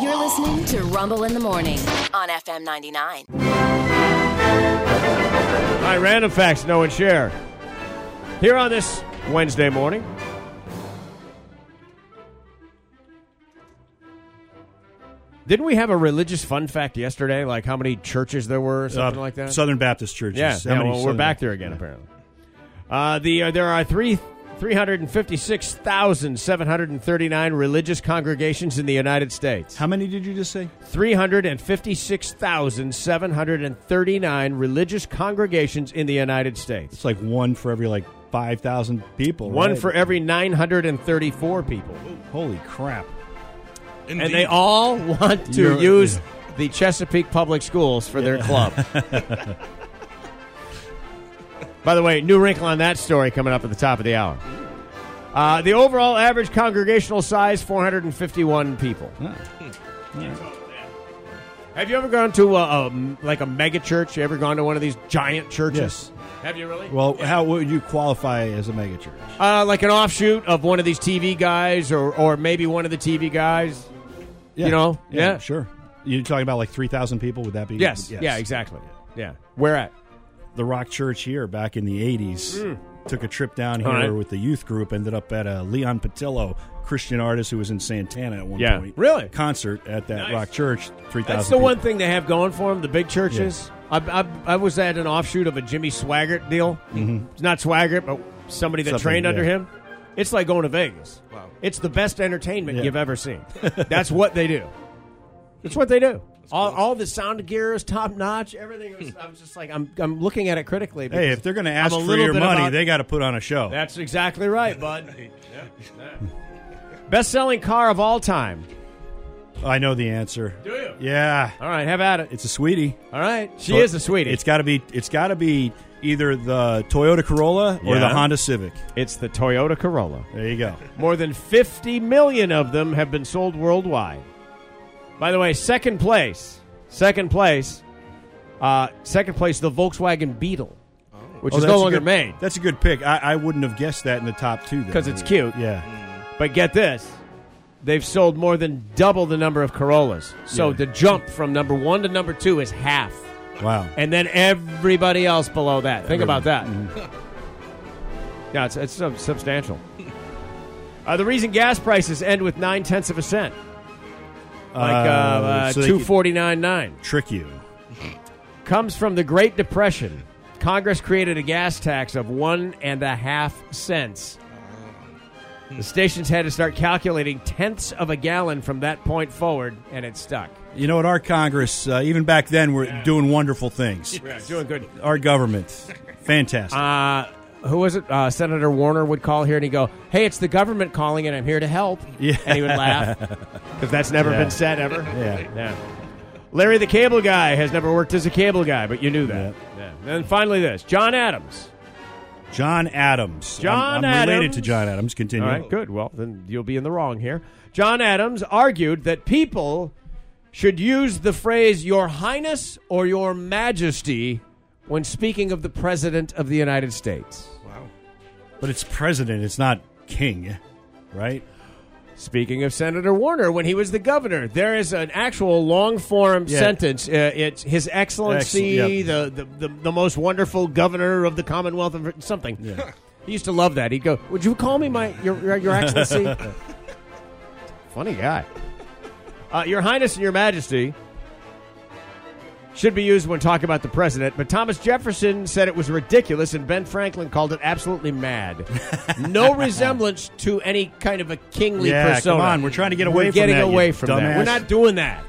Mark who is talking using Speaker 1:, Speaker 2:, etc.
Speaker 1: You're listening to Rumble in the Morning on FM 99.
Speaker 2: All right, random facts, no one share. Here on this Wednesday morning. Didn't we have a religious fun fact yesterday? Like how many churches there were, or something
Speaker 3: Uh,
Speaker 2: like that?
Speaker 3: Southern Baptist churches.
Speaker 2: Yeah,
Speaker 3: How
Speaker 2: yeah,
Speaker 3: many
Speaker 2: well, we're
Speaker 3: Southern-
Speaker 2: back there again, apparently. Uh, the uh, There are three. 356,739 religious congregations in the United States.
Speaker 3: How many did you just say?
Speaker 2: 356,739 religious congregations in the United States.
Speaker 3: It's like one for every like five thousand people.
Speaker 2: One
Speaker 3: right?
Speaker 2: for every 934 people.
Speaker 3: Holy crap!
Speaker 2: And they all want to
Speaker 3: You're-
Speaker 2: use the Chesapeake Public Schools for their club. By the way, new wrinkle on that story coming up at the top of the hour. Uh, the overall average congregational size 451 people. Have you ever gone to a, a- like a mega church? You ever gone to one of these giant churches?
Speaker 3: Yes.
Speaker 2: Have you really?
Speaker 3: Well, how would you qualify as a megachurch?
Speaker 2: Uh, like an offshoot of one of these TV guys, or or maybe one of the TV guys.
Speaker 3: Yeah.
Speaker 2: You know? Yeah.
Speaker 3: sure. You're talking about like three thousand people. Would that be?
Speaker 2: Yes. Yeah. Exactly. Yeah. Where at?
Speaker 3: The Rock Church here back in the '80s took a trip down here
Speaker 2: Mm. All right.
Speaker 3: with the youth group. Ended up at a Leon Patillo, Christian artist who was in Santana at one
Speaker 2: Yeah.
Speaker 3: point.
Speaker 2: Really?
Speaker 3: Concert at that
Speaker 2: Nice.
Speaker 3: Rock Church. Three thousand.
Speaker 2: That's the one thing they have going for them. The big churches. I, I, I was at an offshoot of a Jimmy Swaggart deal. Mm-hmm. It's not Swaggart, but somebody that
Speaker 3: Something,
Speaker 2: trained under
Speaker 3: yeah.
Speaker 2: him. It's like going to Vegas. Wow. It's the best entertainment
Speaker 3: Yeah.
Speaker 2: you've ever seen. That's what they do. It's what they do. All, all the sound gear is top notch. Everything. Was, I was just like, I'm, I'm looking at it critically.
Speaker 3: Hey,
Speaker 2: because
Speaker 3: if they're going to
Speaker 2: I'm
Speaker 3: ask
Speaker 2: a
Speaker 3: for
Speaker 2: little
Speaker 3: your
Speaker 2: bit
Speaker 3: money,
Speaker 2: about-
Speaker 3: they got to put on a show.
Speaker 2: That's exactly right, bud. Best selling car of all time.
Speaker 3: I know the answer.
Speaker 2: Do you?
Speaker 3: Yeah,
Speaker 2: All right, have at it.
Speaker 3: it's a sweetie.
Speaker 2: All right, she
Speaker 3: So
Speaker 2: is a sweetie.
Speaker 3: It's got to be. It's got to be either the Toyota Corolla or the
Speaker 2: Yeah.
Speaker 3: Honda Civic.
Speaker 2: It's the Toyota Corolla.
Speaker 3: There you go.
Speaker 2: More than 50 million of them have been sold worldwide. By the way, second place, second place, uh, second place, the Volkswagen Beetle, which
Speaker 3: Oh,
Speaker 2: is
Speaker 3: that's
Speaker 2: no
Speaker 3: a
Speaker 2: longer
Speaker 3: good-
Speaker 2: made.
Speaker 3: That's a good pick. I, I wouldn't have guessed that in the top two though.
Speaker 2: 'Cause it's cute.
Speaker 3: Yeah.
Speaker 2: But get this, they've sold more than double the number of Corollas. So
Speaker 3: Yeah.
Speaker 2: the jump from number one to number two is half.
Speaker 3: Wow.
Speaker 2: And then everybody else below that. Think about that.
Speaker 3: Mm-hmm.
Speaker 2: yeah, it's, it's sub- substantial. Uh, the reason gas prices end with nine tenths of a cent. like uh, uh,
Speaker 3: so they
Speaker 2: two
Speaker 3: could
Speaker 2: forty nine nine
Speaker 3: trick you.
Speaker 2: comes from the Great Depression. Congress created a gas tax of one and a half cents. The stations had to start calculating tenths of a gallon from that point forward, and it stuck.
Speaker 3: You know what? Our Congress, uh, even back then, were doing wonderful things.
Speaker 2: Doing good.
Speaker 3: Our government, fantastic.
Speaker 2: Uh, who was it? Uh, Senator Warner would call here and he'd go, "Hey, it's the government calling, and I'm here to help."
Speaker 3: Yeah.
Speaker 2: and he would laugh because that's never
Speaker 3: Yeah.
Speaker 2: been said ever.
Speaker 3: yeah.
Speaker 2: Yeah. Larry the Cable Guy has never worked as a cable guy, but you knew that.
Speaker 3: Yeah.
Speaker 2: Yeah. And then finally, this John Adams.
Speaker 3: John Adams. I'm-
Speaker 2: John
Speaker 3: I'm, related
Speaker 2: Adams.
Speaker 3: to John Adams. Continue.
Speaker 2: All right, good. Well, then you'll be in the wrong here. John Adams argued that people should use the phrase "Your Highness" or "Your Majesty" when speaking of the President of the United States.
Speaker 3: But it's president. It's not king, right?
Speaker 2: Speaking of Senator Warner, when he was the governor, there is an actual long form
Speaker 3: Yeah.
Speaker 2: sentence. Uh, it's His Excellency,
Speaker 3: Excellent,
Speaker 2: the, the, the the most wonderful governor of the Commonwealth of something.
Speaker 3: Yeah.
Speaker 2: he used to love that. He'd go, "Would you call me my your your, your Excellency?" Funny guy. Uh, your Highness and Your Majesty should be used when talking about the president, but Thomas Jefferson said it was ridiculous, and Ben Franklin called it absolutely mad. no resemblance to any kind of a kingly
Speaker 3: Yeah,
Speaker 2: persona.
Speaker 3: come on, we're trying to get away
Speaker 2: We're
Speaker 3: from
Speaker 2: getting
Speaker 3: that, you
Speaker 2: away from that. We're
Speaker 3: dumbass.
Speaker 2: not doing that.